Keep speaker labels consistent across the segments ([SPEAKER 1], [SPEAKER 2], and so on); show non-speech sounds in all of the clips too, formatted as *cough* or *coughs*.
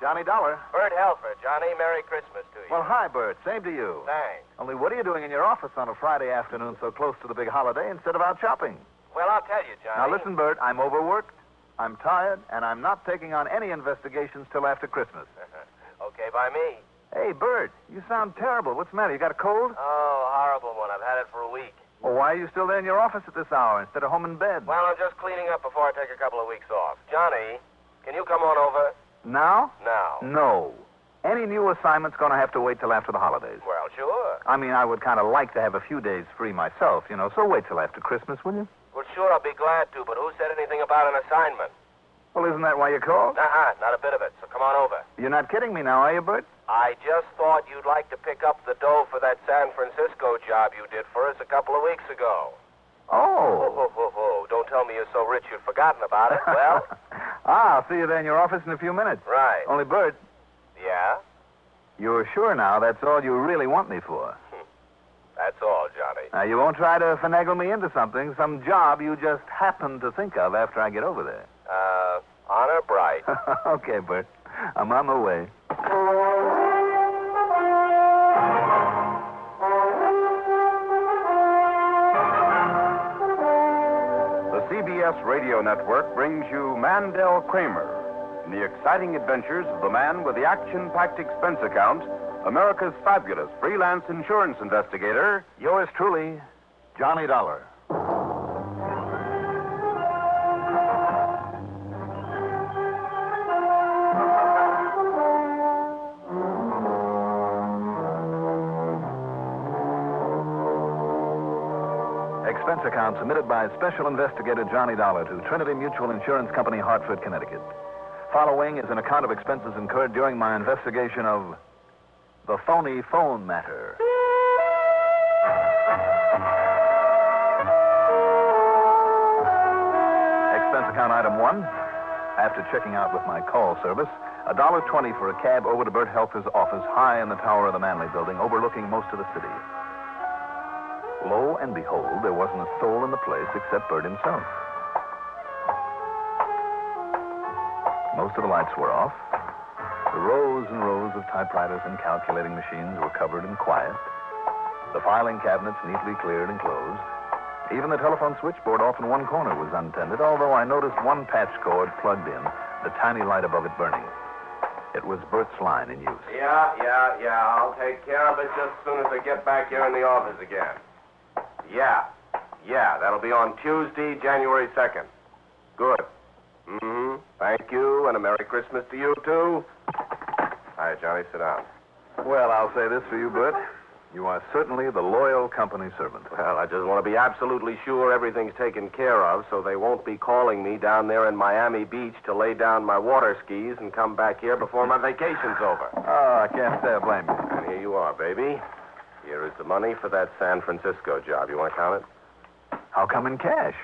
[SPEAKER 1] Johnny Dollar.
[SPEAKER 2] Bert Helfer, Johnny, Merry Christmas to you.
[SPEAKER 1] Well, hi, Bert. Same to you.
[SPEAKER 2] Thanks.
[SPEAKER 1] Only what are you doing in your office on a Friday afternoon so close to the big holiday instead of out shopping?
[SPEAKER 2] Well, I'll tell you, Johnny.
[SPEAKER 1] Now, listen, Bert, I'm overworked, I'm tired, and I'm not taking on any investigations till after Christmas.
[SPEAKER 2] okay, by me.
[SPEAKER 1] Hey, Bert, you sound terrible. What's the matter? You got a cold?
[SPEAKER 2] Oh, horrible one. I've had it for a week.
[SPEAKER 1] Well, why are you still there in your office at this hour instead of home in bed?
[SPEAKER 2] Well, I'm just cleaning up before I take a couple of weeks off. Johnny, can you come on over
[SPEAKER 1] Now?
[SPEAKER 2] now?
[SPEAKER 1] No. Any new assignment's going to have to wait till after the holidays.
[SPEAKER 2] Well, sure.
[SPEAKER 1] I mean, I would kind of like to have a few days free myself, you know, so wait till after Christmas, will you?
[SPEAKER 2] Well, sure, I'll be glad to, but who said anything about an assignment?
[SPEAKER 1] Well, isn't that why you called?
[SPEAKER 2] Uh-uh, not a bit of it, so come on over.
[SPEAKER 1] You're not kidding me now, are you, Bert?
[SPEAKER 2] I just thought you'd like to pick up the dough for that San Francisco job you did for us a couple of weeks ago. Oh,
[SPEAKER 1] Oh.
[SPEAKER 3] *laughs*
[SPEAKER 2] ho, ho, ho. Don't tell me you're so rich you've forgotten
[SPEAKER 1] *laughs*
[SPEAKER 2] about it. Well,
[SPEAKER 1] ah, I'll see you there in your office in a few minutes.
[SPEAKER 2] right.
[SPEAKER 1] Only, Bert,
[SPEAKER 2] Yeah?
[SPEAKER 1] you're sure now that's all you really want me for.
[SPEAKER 2] That's all, Johnny.
[SPEAKER 1] Now, you won't try to finagle me into something, some job you just happen to think of after I get over there. *laughs*
[SPEAKER 2] Uh, honor bright.
[SPEAKER 1] okay, Bert. I'm on the way.
[SPEAKER 4] The CBS Radio Network brings you Mandel Kramer in the exciting adventures of the man with the action packed expense account, America's fabulous freelance insurance investigator.
[SPEAKER 1] Yours truly, Johnny Dollar. Expense account submitted by Special Investigator Johnny Dollar to Trinity Mutual Insurance Company, Hartford, Connecticut. Following is an account of expenses incurred during my investigation of the phony phone matter. Expense account item one. After checking out with my call service, a dollar twenty for a cab over to Bert Helfer's office high in the tower of the Manley building, overlooking most of the city. Lo and behold, there wasn't a soul in the place except Bert himself. Most of the lights were off. The rows and rows of typewriters and calculating machines were covered and quiet. The filing cabinets neatly cleared and closed. Even the telephone switchboard off in one corner was untended, although I noticed one patch cord plugged in, the tiny light above it burning. It was Bert's line in use.
[SPEAKER 2] Yeah, yeah, yeah. I'll take care of it just as soon as I get back here in the office again. Yeah. Yeah, that'll be on Tuesday, January 2nd. Good. Mm-hmm. Thank you, and a Merry Christmas to you, too. All right, Johnny, sit down.
[SPEAKER 1] Well, I'll say this for you, Bert. You are certainly the loyal company servant.
[SPEAKER 2] Well, I just want to be absolutely sure everything's taken care of so they won't be calling me down there in Miami Beach to lay down my water skis and come back here before my vacation's over.
[SPEAKER 1] Oh, I can't say I blame you.
[SPEAKER 2] And here you are, baby. Here is the money for that San Francisco job. You want to count it?
[SPEAKER 1] How come in cash?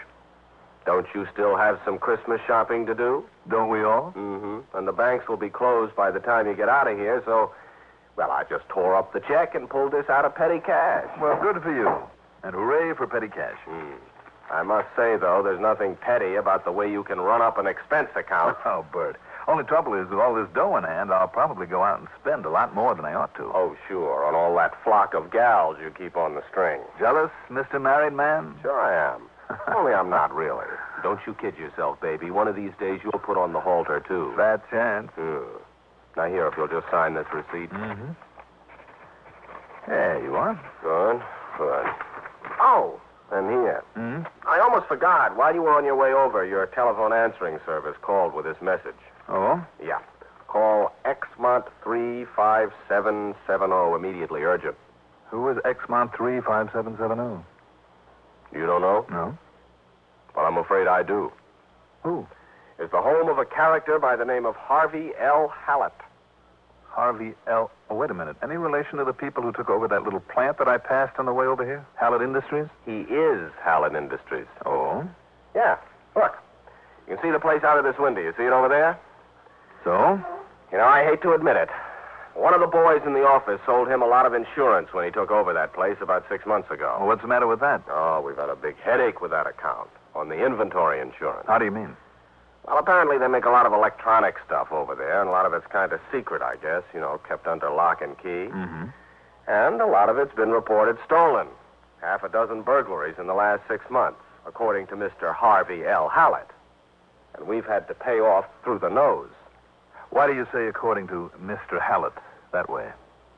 [SPEAKER 2] Don't you still have some Christmas shopping to do?
[SPEAKER 1] Don't we all?
[SPEAKER 2] Mm-hmm. And the banks will be closed by the time you get out of here, so, well, I just tore up the check and pulled this out of petty cash. Hmm.
[SPEAKER 1] Well, good for you. And hooray for petty cash. *laughs*
[SPEAKER 2] I must say, though, there's nothing petty about the way you can run up an expense account.
[SPEAKER 1] Oh, Bert. Only trouble is, with all this dough in hand, I'll probably go out and spend a lot more than I ought to.
[SPEAKER 2] Oh, sure, on all that flock of gals you keep on the string.
[SPEAKER 1] Jealous, Mr. Married Man? *laughs* Oh,
[SPEAKER 2] Sure I am. Only I'm not really. Don't you kid yourself, baby. One of these days you'll put on the halter, too.
[SPEAKER 1] That chance.
[SPEAKER 2] Sure. Now, here, if you'll just sign this receipt.
[SPEAKER 1] Mm-hmm. There you are.
[SPEAKER 2] Good, good. Oh, and here.
[SPEAKER 1] hmm
[SPEAKER 2] I almost forgot. While you were on your way over, your telephone answering service called with this message.
[SPEAKER 1] Oh?
[SPEAKER 2] Yeah. Call Exmont 35770 immediately. Urgent.
[SPEAKER 1] Who was Xmont 35770?
[SPEAKER 2] You don't know?
[SPEAKER 1] No.
[SPEAKER 2] Well, I'm afraid I do.
[SPEAKER 1] Who?
[SPEAKER 2] is the home of a character by the name of Harvey L. Hallett.
[SPEAKER 1] Harvey L. Oh, wait a minute. Any relation to the people who took over that little plant that I passed on the way over here? Hallett Industries?
[SPEAKER 2] He is Hallett Industries.
[SPEAKER 1] Oh.
[SPEAKER 2] Yeah. Look. You can see the place out of this window. You see it over there?
[SPEAKER 1] So?
[SPEAKER 2] You know, I hate to admit it. One of the boys in the office sold him a lot of insurance when he took over that place about six months
[SPEAKER 1] Well,
[SPEAKER 2] ago.
[SPEAKER 1] Oh, what's the matter with that?
[SPEAKER 2] Oh, we've had a big headache with that account on the inventory insurance.
[SPEAKER 1] How do you mean?
[SPEAKER 2] Well, apparently they make a lot of electronic stuff over there, and a lot of it's kind of secret, I guess, you know, kept under lock and key.
[SPEAKER 1] Mm-hmm.
[SPEAKER 2] And a lot of it's been reported stolen. Half a dozen burglaries in the last six months, according to Mr. Harvey L. Hallett. And we've had to pay off through the nose,
[SPEAKER 1] Why do you say according to Mr. Hallett that way?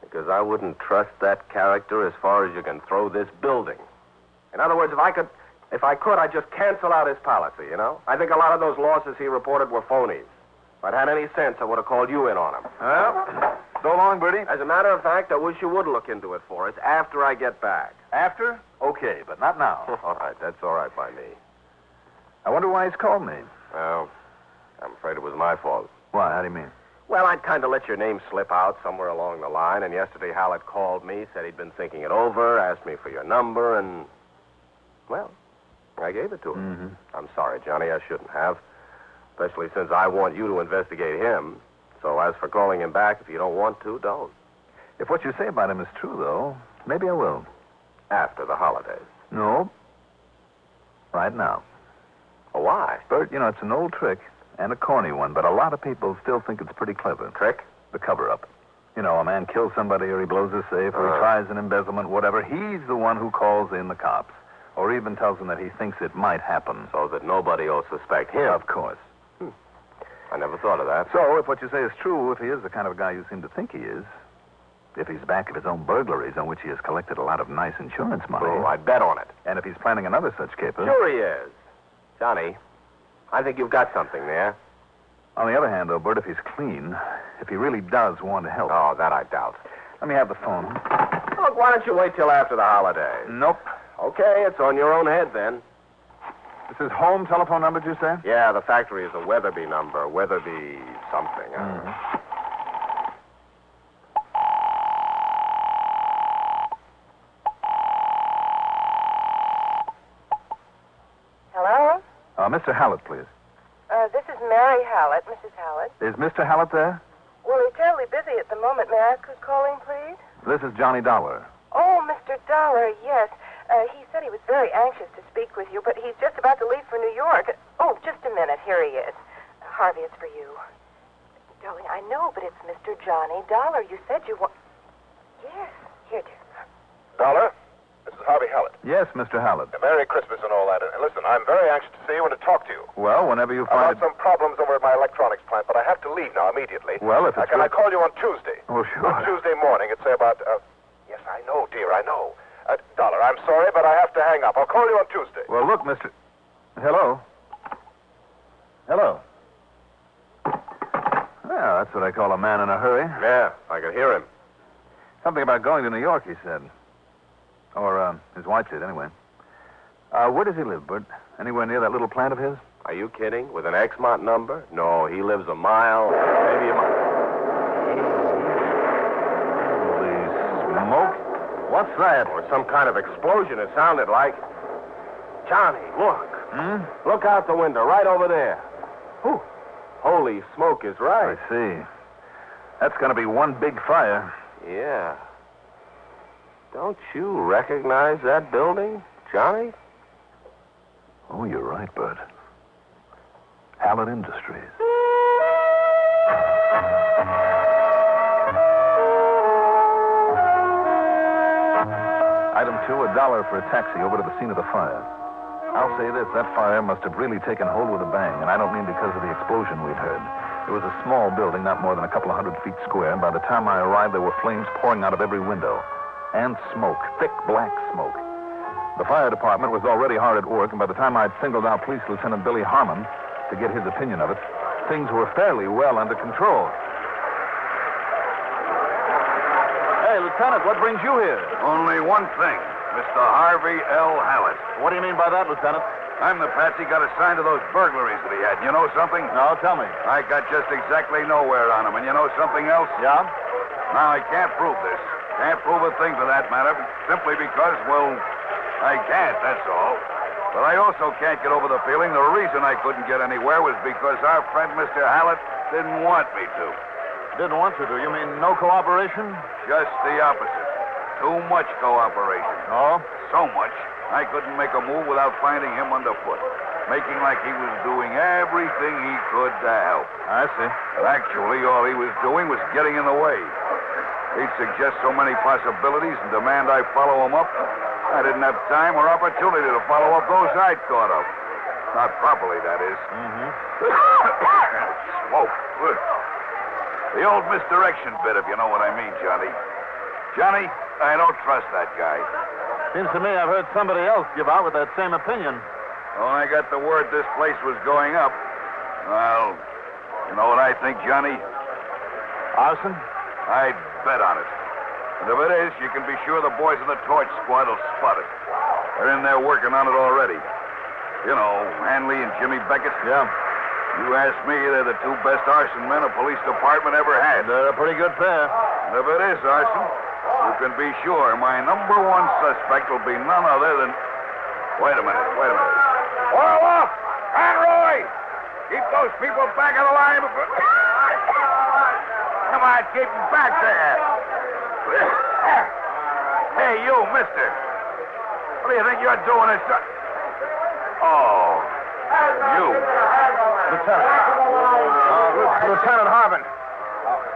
[SPEAKER 2] because I wouldn't trust that character as far as you can throw this building. In other words, if I could, if I could, I'd just cancel out his policy, you know? I think a lot of those losses he reported were phonies. If I'd had any sense, I would have called you in on him.
[SPEAKER 1] Well, so long, Bertie.
[SPEAKER 2] As a matter of fact, I wish you would look into it for us after I get back.
[SPEAKER 1] After? Okay, but not *laughs* now.
[SPEAKER 2] all right, that's all right by me.
[SPEAKER 1] I wonder why he's called me.
[SPEAKER 2] Well, I'm afraid it was my fault.
[SPEAKER 1] Why? How do you mean?
[SPEAKER 2] Well, I'd kind of let your name slip out somewhere along the line, and yesterday Hallett called me, said he'd been thinking it over, asked me for your number, and. Well, I gave it to him.
[SPEAKER 1] Mm-hmm.
[SPEAKER 2] I'm sorry, Johnny, I shouldn't have. Especially since I want you to investigate him. So as for calling him back, if you don't want to, don't.
[SPEAKER 1] If what you say about him is true, though, maybe I will.
[SPEAKER 2] After the holidays.
[SPEAKER 1] No. Right now.
[SPEAKER 2] Oh, why?
[SPEAKER 1] Bert, you know, it's an old trick and a corny one, but a lot of people still think it's pretty clever.
[SPEAKER 2] Trick?
[SPEAKER 1] The cover up. You know, a man kills somebody or he blows his safe or
[SPEAKER 2] Uh.
[SPEAKER 1] he tries an embezzlement, whatever. He's the one who calls in the cops or even tells them that he thinks it might happen.
[SPEAKER 2] So that nobody will suspect him.
[SPEAKER 1] Of course.
[SPEAKER 2] I never thought of that.
[SPEAKER 1] So, if what you say is true, if he is the kind of guy you seem to think he is, if he's back of his own burglaries on which he has collected a lot of nice insurance money,
[SPEAKER 2] Oh, I bet on it.
[SPEAKER 1] and if he's planning another such caper,
[SPEAKER 2] Sure he is. Johnny, I think you've got something there.
[SPEAKER 1] on the other hand, though, Bert, if he's clean, if he really does want to help,
[SPEAKER 2] Oh, that I doubt.
[SPEAKER 1] let me have the phone. Oh,
[SPEAKER 2] Look, why don't you wait till after the holidays?
[SPEAKER 1] Nope.
[SPEAKER 2] Okay, it's on your own head then.
[SPEAKER 1] This is home telephone number, did you say?
[SPEAKER 2] Yeah, the factory is a Weatherby number. Weatherby something. I don't know.
[SPEAKER 1] Mm-hmm.
[SPEAKER 3] Hello?
[SPEAKER 1] Uh, Mr. Hallett, please.
[SPEAKER 3] Uh, this is Mary Hallett, Mrs. Hallett.
[SPEAKER 1] Is Mr. Hallett there?
[SPEAKER 3] Well, he's terribly busy at the moment. May I ask who's calling, please?
[SPEAKER 1] This is Johnny Dollar.
[SPEAKER 3] Oh, Mr. Dollar, yes. Uh, he said he was very anxious to speak with you, but he's just about to leave for New York. Oh, just a minute. Here he is. Harvey, it's for you. Darling, I know, but it's Mr. Johnny Dollar. You said you want. Yes. Here, dear.
[SPEAKER 5] Dollar, Hmm. this is Harvey Hallett.
[SPEAKER 1] Yes, Mr. Hallett.
[SPEAKER 5] Merry Christmas and all that. And listen, I'm very anxious to see you and to talk to you.
[SPEAKER 1] Well, whenever you
[SPEAKER 5] I've
[SPEAKER 1] find
[SPEAKER 5] had some problems over at my electronics plant, but I have to leave now immediately.
[SPEAKER 1] Well, if
[SPEAKER 5] Uh,
[SPEAKER 1] it's
[SPEAKER 5] can I
[SPEAKER 1] good-
[SPEAKER 5] call you on Tuesday?
[SPEAKER 1] Oh,
[SPEAKER 5] On
[SPEAKER 1] sure.
[SPEAKER 5] Tuesday morning at say about. Uh, yes, I know, dear, I know. Uh, Dollar, I'm sorry, but I have to hang up. I'll call you on Tuesday.
[SPEAKER 1] Well, look, Mr. Hello. Hello. Well, that's what I call a man in a hurry.
[SPEAKER 2] Yeah, I could hear him.
[SPEAKER 1] Something about going to New York, he said. Or uh, his wife said, anyway. Uh, where does he live, Bert? Anywhere near that little plant of his?
[SPEAKER 2] Are you kidding? With an Exmont number? No, he lives a mile, maybe a mile.
[SPEAKER 1] Holy smoke. What's that?
[SPEAKER 2] Or some kind of explosion, it sounded like. Johnny, look.
[SPEAKER 1] Hmm?
[SPEAKER 2] Look out the window, right over there. Whew. Holy smoke is
[SPEAKER 1] I
[SPEAKER 2] right.
[SPEAKER 1] see. That's going to be one big fire.
[SPEAKER 2] Yeah. Don't you recognize that building, Johnny?
[SPEAKER 1] Oh, you're right, Bert. Hallett Industries. Item two, a dollar for a taxi over to the scene of the fire. I'll say this, that fire must have really taken hold with a bang, and I don't mean because of the explosion we'd heard. It was a small building, not more than a couple of hundred feet square, and by the time I arrived, there were flames pouring out of every window. And smoke, thick black smoke. The fire department was already hard at work, and by the time I'd singled out Police Lieutenant Billy Harmon to get his opinion of it, things were fairly well under control. Hey, Lieutenant, what brings you here?
[SPEAKER 4] Only one thing, Mr. Harvey L. Hallett.
[SPEAKER 1] What do you mean by that, Lieutenant?
[SPEAKER 4] I'm the patsy got assigned to those burglaries that he had. You know something?
[SPEAKER 1] No, tell me.
[SPEAKER 4] I got just exactly nowhere on him. And you know something else?
[SPEAKER 1] Yeah?
[SPEAKER 4] Now, I can't prove this. Can't prove a thing for that matter, simply because, well, I can't, that's all. But I also can't get over the feeling the reason I couldn't get anywhere was because our friend Mr. Hallett didn't want me to.
[SPEAKER 1] Didn't want you to. You mean no cooperation?
[SPEAKER 4] Just the opposite. Too much cooperation.
[SPEAKER 1] No.
[SPEAKER 4] So much, I couldn't make a move without finding him underfoot.
[SPEAKER 6] making like he was doing everything he could to help.
[SPEAKER 7] I see.
[SPEAKER 6] But actually, all he was doing was getting in the way. He'd suggest so many possibilities and demand I follow him up. I didn't have time or opportunity to follow up those I'd thought of. Not properly, that is.
[SPEAKER 1] Mm-hmm.
[SPEAKER 6] *coughs* Smoke. Ugh. The old misdirection bit, if you know what I mean, Johnny. Johnny, I don't trust that guy.
[SPEAKER 1] Seems to me I've heard somebody else give out with that same opinion.
[SPEAKER 6] When I got the word this place was going up, well, you know what I think, Johnny?
[SPEAKER 7] Arson?
[SPEAKER 6] I'd bet on it. And if it is, you can be sure the boys in the torch squad will spot it. They're in there working on it already. You know, Hanley and Jimmy Beckett.
[SPEAKER 7] Yeah.
[SPEAKER 6] You ask me, they're the two best arson men a police department ever had.
[SPEAKER 1] They're a pretty good pair.
[SPEAKER 6] And if it is arson, you can be sure my number one suspect will be none other than. Wait a minute, wait a minute. Orloff! Conroy! Keep those people back of the line. before- Come on, keep them back there. Hey, you, mister. What do you think you're doing? It's Oh, you.
[SPEAKER 2] Lieutenant. Uh, Lieutenant Harvin.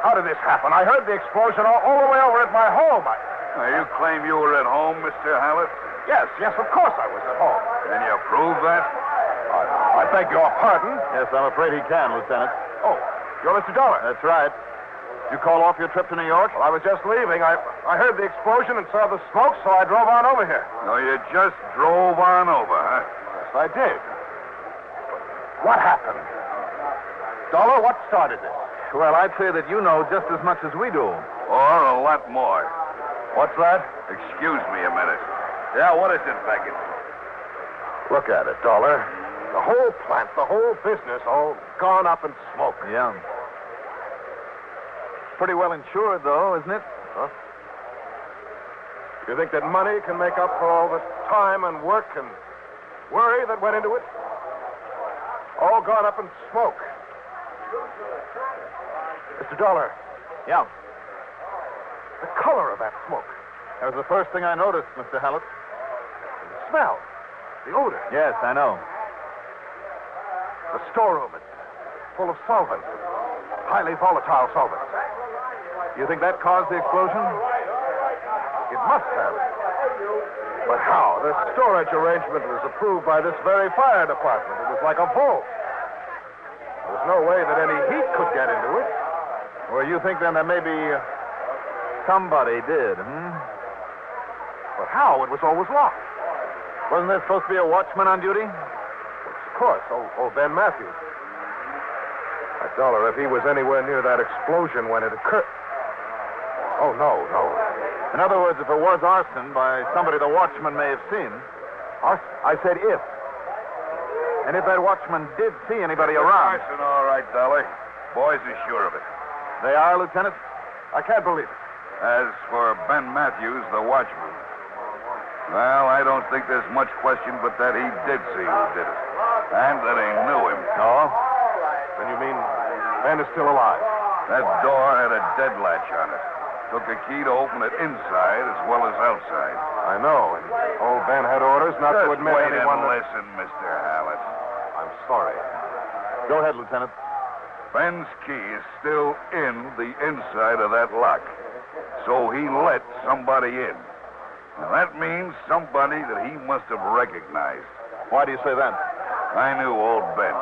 [SPEAKER 2] How did this happen? I heard the explosion all, all the way over at my home. I,
[SPEAKER 6] Now, you claim you were at home, Mr. Hallett?
[SPEAKER 2] yes, yes, of course I was at home.
[SPEAKER 6] Can you prove that?
[SPEAKER 2] I, I beg your pardon.
[SPEAKER 1] Yes, I'm afraid he can, Lieutenant.
[SPEAKER 2] Oh, you're Mr. Dollar.
[SPEAKER 1] That's right. You call off your trip to New York?
[SPEAKER 2] Well, I was just leaving. I, I heard the explosion and saw the smoke, so I drove on over here.
[SPEAKER 6] No, you just drove on over, huh?
[SPEAKER 2] Yes, I did. What happened? Dollar, what started this?
[SPEAKER 7] Well, I'd say that you know just as much as we do.
[SPEAKER 6] Or a lot more.
[SPEAKER 7] What's that?
[SPEAKER 6] Excuse me a minute. Yeah, what is it, Beckett?
[SPEAKER 7] Look at it, Dollar.
[SPEAKER 2] The whole plant, the whole business, all gone up in smoke.
[SPEAKER 7] Yeah. Pretty well insured, though, isn't it?
[SPEAKER 2] You think that money can make up for all the time and work and worry that went into it? All gone up in smoke. Mr. Dollar,
[SPEAKER 1] Yeah.
[SPEAKER 2] the color of that smoke,
[SPEAKER 1] That was the first thing I noticed, Mr. Hallett.
[SPEAKER 2] the smell, the odor,
[SPEAKER 7] Yes, I know.
[SPEAKER 2] the storeroom is full of solvents, highly volatile solvents.
[SPEAKER 7] You think that caused the explosion?
[SPEAKER 2] It must have. But how? The storage arrangement was approved by this very fire department. It was like a vault. There was no way that any heat could get into it.
[SPEAKER 7] Well, you think then that maybe uh, somebody did, hmm?
[SPEAKER 2] But how? It was always locked.
[SPEAKER 1] Wasn't there supposed to be a watchman on duty?
[SPEAKER 2] Of course, old, old Ben Matthews. That dollar, if he was anywhere near that explosion when it occurred. Oh, no, no.
[SPEAKER 1] In other words, if it was arson by somebody the watchman may have seen.
[SPEAKER 2] Arson?
[SPEAKER 1] I said if. And if that watchman did see anybody around.
[SPEAKER 6] Arson, all right, Dollar. Boys are sure of it.
[SPEAKER 1] They are, Lieutenant? I can't believe it.
[SPEAKER 6] As for Ben Matthews, the watchman, well, I don't think there's much question but that he did see who did it. And that he knew him.
[SPEAKER 2] No? Then you mean Ben is still alive?
[SPEAKER 6] That door had a dead latch on it. Took a key to open it inside as well as outside.
[SPEAKER 2] I know, and old Ben had orders not
[SPEAKER 6] Just
[SPEAKER 2] to admit
[SPEAKER 6] wait
[SPEAKER 2] anyone.
[SPEAKER 6] and
[SPEAKER 2] that-
[SPEAKER 6] listen, Mr. Hallett.
[SPEAKER 2] I'm sorry.
[SPEAKER 1] Go ahead, Lieutenant.
[SPEAKER 6] Ben's key is still in the inside of that lock. So he let somebody in. Now that means somebody that he must have recognized.
[SPEAKER 1] Why do you say that?
[SPEAKER 6] I knew old Ben.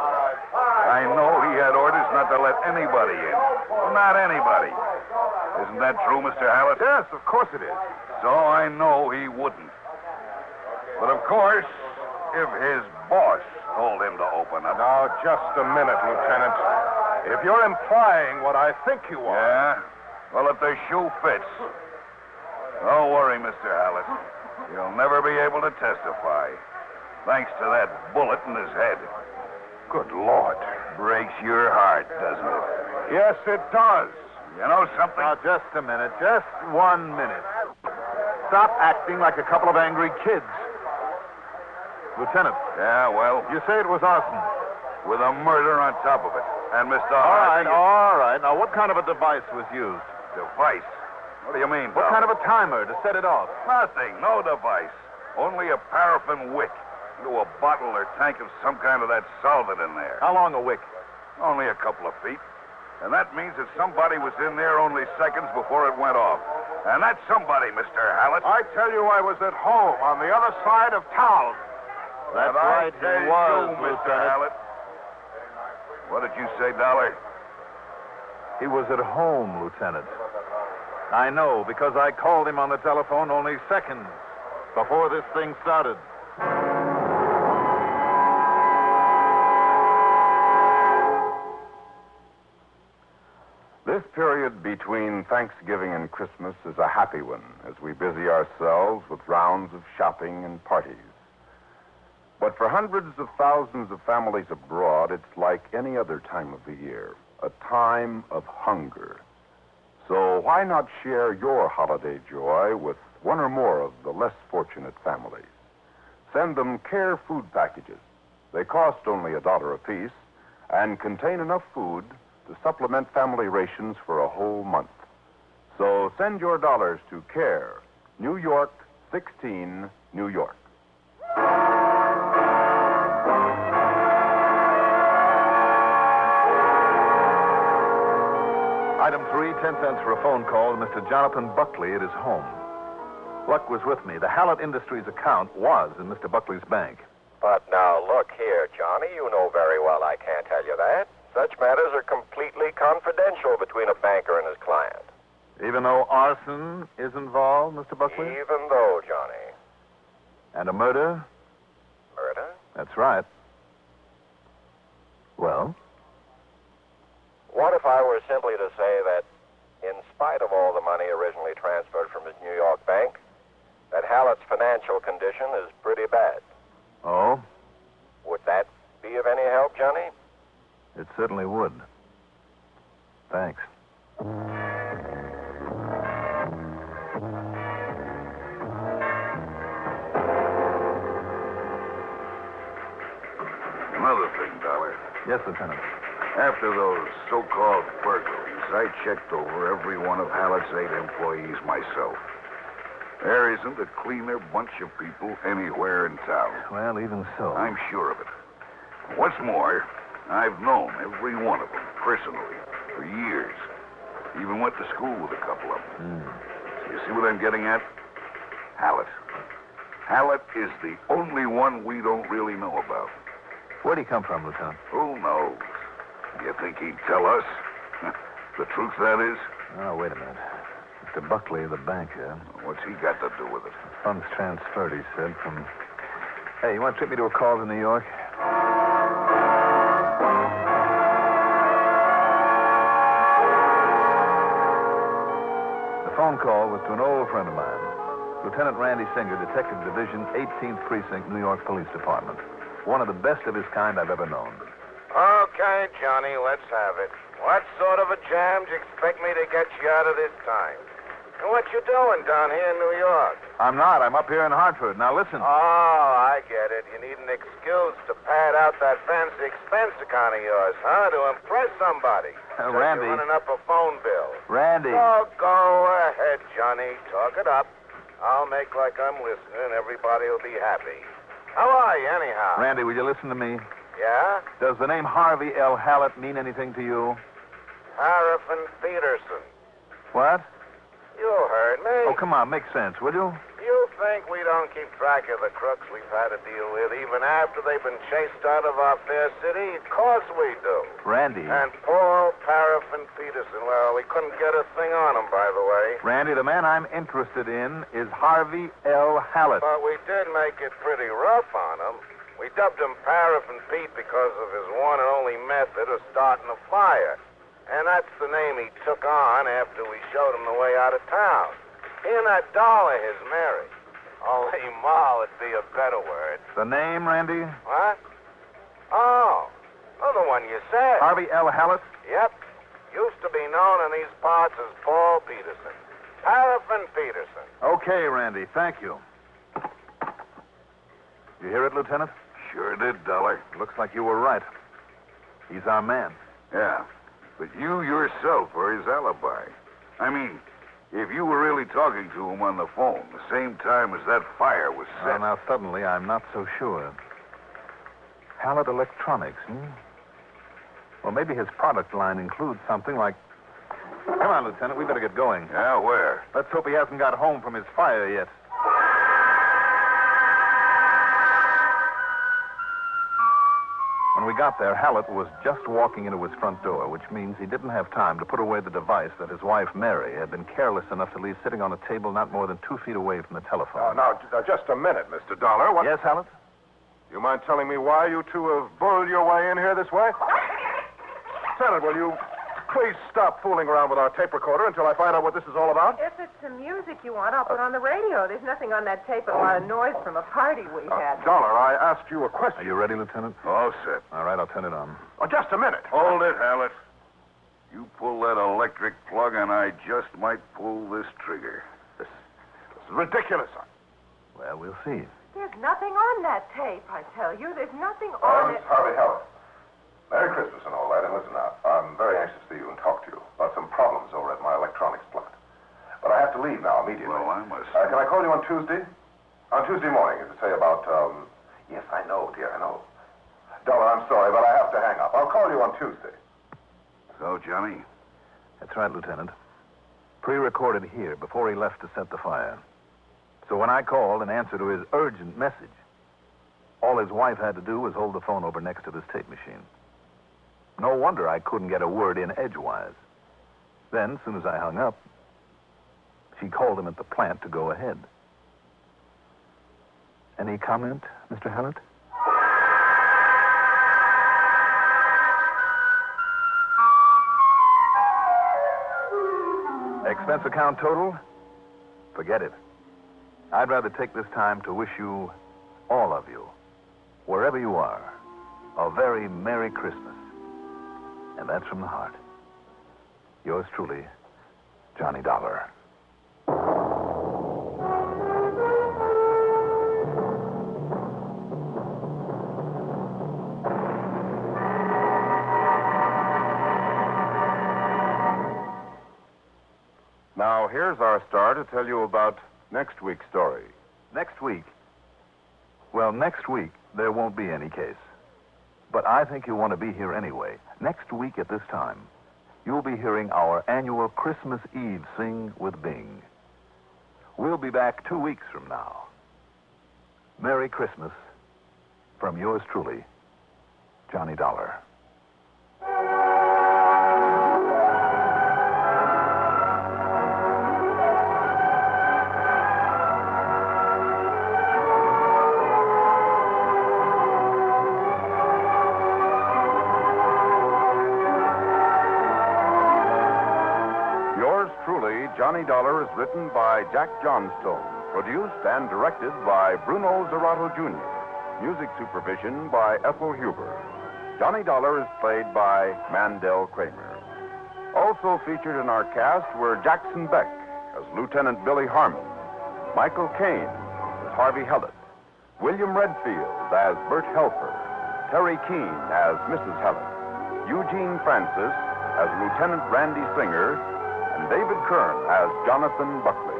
[SPEAKER 6] I know he had orders not to let anybody in. Not anybody. Isn't that true, Mr. Hallett?
[SPEAKER 2] Yes, of course it is.
[SPEAKER 6] So I know he wouldn't. But of course, if his boss told him to open up.
[SPEAKER 2] Now, just a minute, Lieutenant. If you're implying what I think you are,
[SPEAKER 6] Yeah? Well, if the shoe fits. Don't worry, Mr. Hallett. You'll never be able to testify. Thanks to that bullet in his head. Good Lord. Breaks your heart, doesn't it?
[SPEAKER 2] yes, it does.
[SPEAKER 6] You know something?
[SPEAKER 1] Now, just a minute. Just one minute. Stop acting like a couple of angry kids. Lieutenant,
[SPEAKER 6] Yeah, well,
[SPEAKER 1] you say it was arson.
[SPEAKER 6] with a murder on top of it. And Mr.
[SPEAKER 1] All right,
[SPEAKER 6] Hart,
[SPEAKER 1] all right. Now, what kind of a device was used?
[SPEAKER 6] device. What do you mean,
[SPEAKER 1] What
[SPEAKER 6] Doc?
[SPEAKER 1] kind of a timer to set it off?
[SPEAKER 6] Nothing. No device. Only a paraffin wick. Threw a bottle or tank of some kind of that solvent in there.
[SPEAKER 1] How long a wick?
[SPEAKER 6] Only a couple of feet. And that means that somebody was in there only seconds before it went off. And that somebody, Mr. Hallett.
[SPEAKER 8] I tell you, I was at home on the other side of town.
[SPEAKER 1] That's
[SPEAKER 6] And
[SPEAKER 1] right,
[SPEAKER 6] I tell
[SPEAKER 1] he was,
[SPEAKER 6] you, Mr.
[SPEAKER 1] Lieutenant.
[SPEAKER 6] Hallett. What did you say, Dollar?
[SPEAKER 9] He was at home, Lieutenant.
[SPEAKER 1] I know, because I called him on the telephone only seconds before this thing started.
[SPEAKER 10] This period between Thanksgiving and Christmas is a happy one as we busy ourselves with rounds of shopping and parties. But for hundreds of thousands of families abroad, it's like any other time of the year a time of hunger. So why not share your holiday joy with one or more of the less fortunate families? Send them care food packages. They cost only a dollar apiece and contain enough food to supplement family rations for a whole month. So send your dollars to CARE, New York 16, New York.
[SPEAKER 9] Item three, ten cents for a phone call to Mr. Jonathan Buckley at his home. Luck was with me. The Hallett Industries account was in Mr. Buckley's bank.
[SPEAKER 3] But now look here, Johnny. You know very well I can't tell you that. Such matters are completely confidential between a banker and his client.
[SPEAKER 1] Even though arson is involved, Mr. Buckley?
[SPEAKER 3] Even though, Johnny,
[SPEAKER 9] And a murder?
[SPEAKER 3] murder?
[SPEAKER 9] That's right. Well,
[SPEAKER 3] What if I were simply to say that, in spite of all the money originally transferred from his New York bank, that Hallett's financial condition is pretty bad?
[SPEAKER 9] oh,
[SPEAKER 3] Would that be of any help, Johnny?
[SPEAKER 9] it certainly would. Thanks.
[SPEAKER 6] Another thing, Dollar.
[SPEAKER 9] Yes, Lieutenant.
[SPEAKER 6] After those so-called burglaries, I checked over every one of Hallett's eight employees myself. There isn't a cleaner bunch of people anywhere in town.
[SPEAKER 9] Well, even so.
[SPEAKER 6] I'm sure of it. What's more, I've known every one of them personally for years. Even went to school with a couple of them.
[SPEAKER 9] Hmm.
[SPEAKER 6] You see what I'm getting at? Hallett. Hallett is the only one we don't really know about.
[SPEAKER 9] Where'd he come from, Lieutenant?
[SPEAKER 6] Who knows? You think he'd tell us? *laughs* the truth, that is?
[SPEAKER 9] Oh, wait a minute. Mr. Buckley, the banker,
[SPEAKER 6] What's he got to do with it?
[SPEAKER 9] funds transferred, he said, from. Hey, you want to take me to a call to New York? The phone call was to an old friend of mine, Lieutenant Randy Singer, Detective Division, 18th Precinct, New York Police Department. One of the best of his kind I've ever known.
[SPEAKER 3] Okay, Johnny, let's have it. What sort of a jam do you expect me to get you out of this time? And what you doing down here in
[SPEAKER 1] *laughs*
[SPEAKER 3] New York?
[SPEAKER 1] I'm not. I'm up here in Hartford. Now, listen.
[SPEAKER 3] Oh, I get it. You need an excuse to pad out that fancy expense account of yours, huh? To impress somebody.
[SPEAKER 1] Uh,
[SPEAKER 3] So
[SPEAKER 1] Randy.
[SPEAKER 3] You're running up a phone bill.
[SPEAKER 1] Randy.
[SPEAKER 3] Oh, go ahead, Johnny. Talk it up. I'll make like I'm listening, and everybody will be happy. How are you, anyhow?
[SPEAKER 1] Randy, will you listen to me?
[SPEAKER 3] Yeah?
[SPEAKER 1] Does the name Harvey L. Hallett mean anything to you?
[SPEAKER 3] Harrison Peterson.
[SPEAKER 1] What?
[SPEAKER 3] You heard me.
[SPEAKER 1] Oh, come on, make sense, will you?
[SPEAKER 3] You think we don't keep track of the crooks we've had to deal with even after they've been chased out of our fair city? Of course we do.
[SPEAKER 1] Randy.
[SPEAKER 3] And Paul Paraffin Peterson, well, we couldn't get a thing on him, by the way.
[SPEAKER 1] Randy, the man I'm interested in is Harvey L. Hallett.
[SPEAKER 3] But we did make it pretty rough on him. We dubbed him Paraffin Pete because of his one and only method of starting a fire. And that's the name he took on after we showed him the way out of town. He and that doll of his married. Only Ma would be a better word.
[SPEAKER 1] The name, Randy?
[SPEAKER 3] What? Oh, well, the one you said.
[SPEAKER 1] Harvey L. Hallett?
[SPEAKER 3] Yep. Used to be known in these parts as Paul Peterson. Paraffin Peterson.
[SPEAKER 1] Okay, Randy, thank you. You hear it, Lieutenant?
[SPEAKER 6] Sure did, Dollar.
[SPEAKER 1] Looks like you were right. He's our man.
[SPEAKER 6] Yeah. But you yourself are his alibi. I mean, if you were really talking to him on the phone the same time as that fire was
[SPEAKER 1] Well,
[SPEAKER 6] set.
[SPEAKER 1] now, suddenly, I'm not so sure. Hallett Electronics, hmm? Well, maybe his product line includes something like. Come on, Lieutenant, we better get going.
[SPEAKER 11] Yeah, where?
[SPEAKER 1] Let's hope he hasn't got home from his fire yet. When we got there, Hallett was just walking into his front door, which means he didn't have time to put away the device that his wife, Mary, had been careless enough to leave sitting on a table not more than two feet away from the
[SPEAKER 2] Now,
[SPEAKER 1] telephone.
[SPEAKER 2] Oh, now, j- now, just a minute, Mr. Dollar. What?
[SPEAKER 1] Yes, Hallett?
[SPEAKER 2] You mind telling me why you two have burrowed your way in here this way? Lieutenant, will you please stop fooling around with our tape recorder until I find out what this is all about?
[SPEAKER 12] If it's the music you want, I'll put on the radio. There's nothing on that tape but a lot of noise from a party we had.
[SPEAKER 2] Uh, Dollar, I asked you a question.
[SPEAKER 1] Are you ready, Lieutenant?
[SPEAKER 11] All set.
[SPEAKER 1] All right, I'll turn it on.
[SPEAKER 2] Oh, just a minute.
[SPEAKER 11] Hold it, Hallett. You pull that electric plug, and I just might pull this trigger.
[SPEAKER 2] This is ridiculous.
[SPEAKER 1] Well, we'll see.
[SPEAKER 12] There's nothing on that tape, I tell you. There's nothing on it.
[SPEAKER 2] Harvey Hell. Merry Christmas and all that, and listen now. I'm very anxious to see you and talk to you about some problems over at my electronics plant. But I have to leave now immediately.
[SPEAKER 11] Well, I must.
[SPEAKER 2] Uh, can I call you on Tuesday? On Tuesday morning, as I say about, um... Yes, I know, dear, I know. Dollar, I'm sorry, but I have to hang up. I'll call you on Tuesday.
[SPEAKER 11] So, Johnny,
[SPEAKER 1] That's right, Lieutenant. Pre recorded here before he left to set the fire. So when I called in answer to his urgent message, all his wife had to do was hold the phone over next to this tape machine. No wonder I couldn't get a word in edgewise. Then, soon as I hung up, she called him at the plant to go ahead. Any comment, Mr. Hallett? Expense account total? Forget it. I'd rather take this time to wish you, all of you, wherever you are, a very Merry Christmas. And that's from the heart. Yours truly, Johnny Dollar.
[SPEAKER 6] Now, here's our star to tell you about next week's story.
[SPEAKER 1] Next week. Well, next week, there won't be any case. But I think you want to be here anyway. Next week at this time, you'll be hearing our annual Christmas Eve Sing with Bing. We'll be back two weeks from now. Merry Christmas from yours truly, Johnny Dollar.
[SPEAKER 6] Yours truly, Johnny Dollar is written by Jack Johnstone, produced and directed by Bruno Zerato Jr., music supervision by Ethel Huber. Johnny Dollar is played by Mandel Kramer. Also featured in our cast were Jackson Beck as Lieutenant Billy Harmon, Michael Caine as Harvey Hellett, William Redfield as Bert Helfer, Terry Keene as Mrs. Hellett, Eugene Francis as Lieutenant Randy Singer, and David Kern as Jonathan Buckley.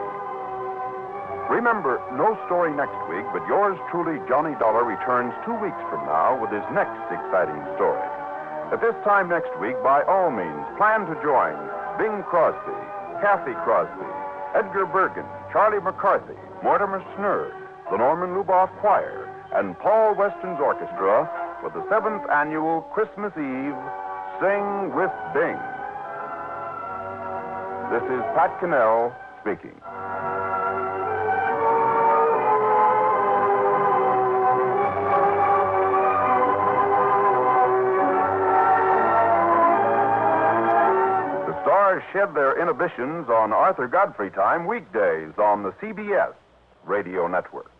[SPEAKER 6] Remember, no story next week, but yours truly, Johnny Dollar, returns two weeks from now with his next exciting story. At this time next week, by all means, plan to join Bing Crosby, Kathy Crosby, Edgar Bergen, Charlie McCarthy, Mortimer Snurd, the Norman Luboff Choir, and Paul Weston's Orchestra for the seventh annual Christmas Eve Sing with Bing. This is Pat Cannell speaking. The stars shed their inhibitions on Arthur Godfrey time weekdays on the CBS radio network.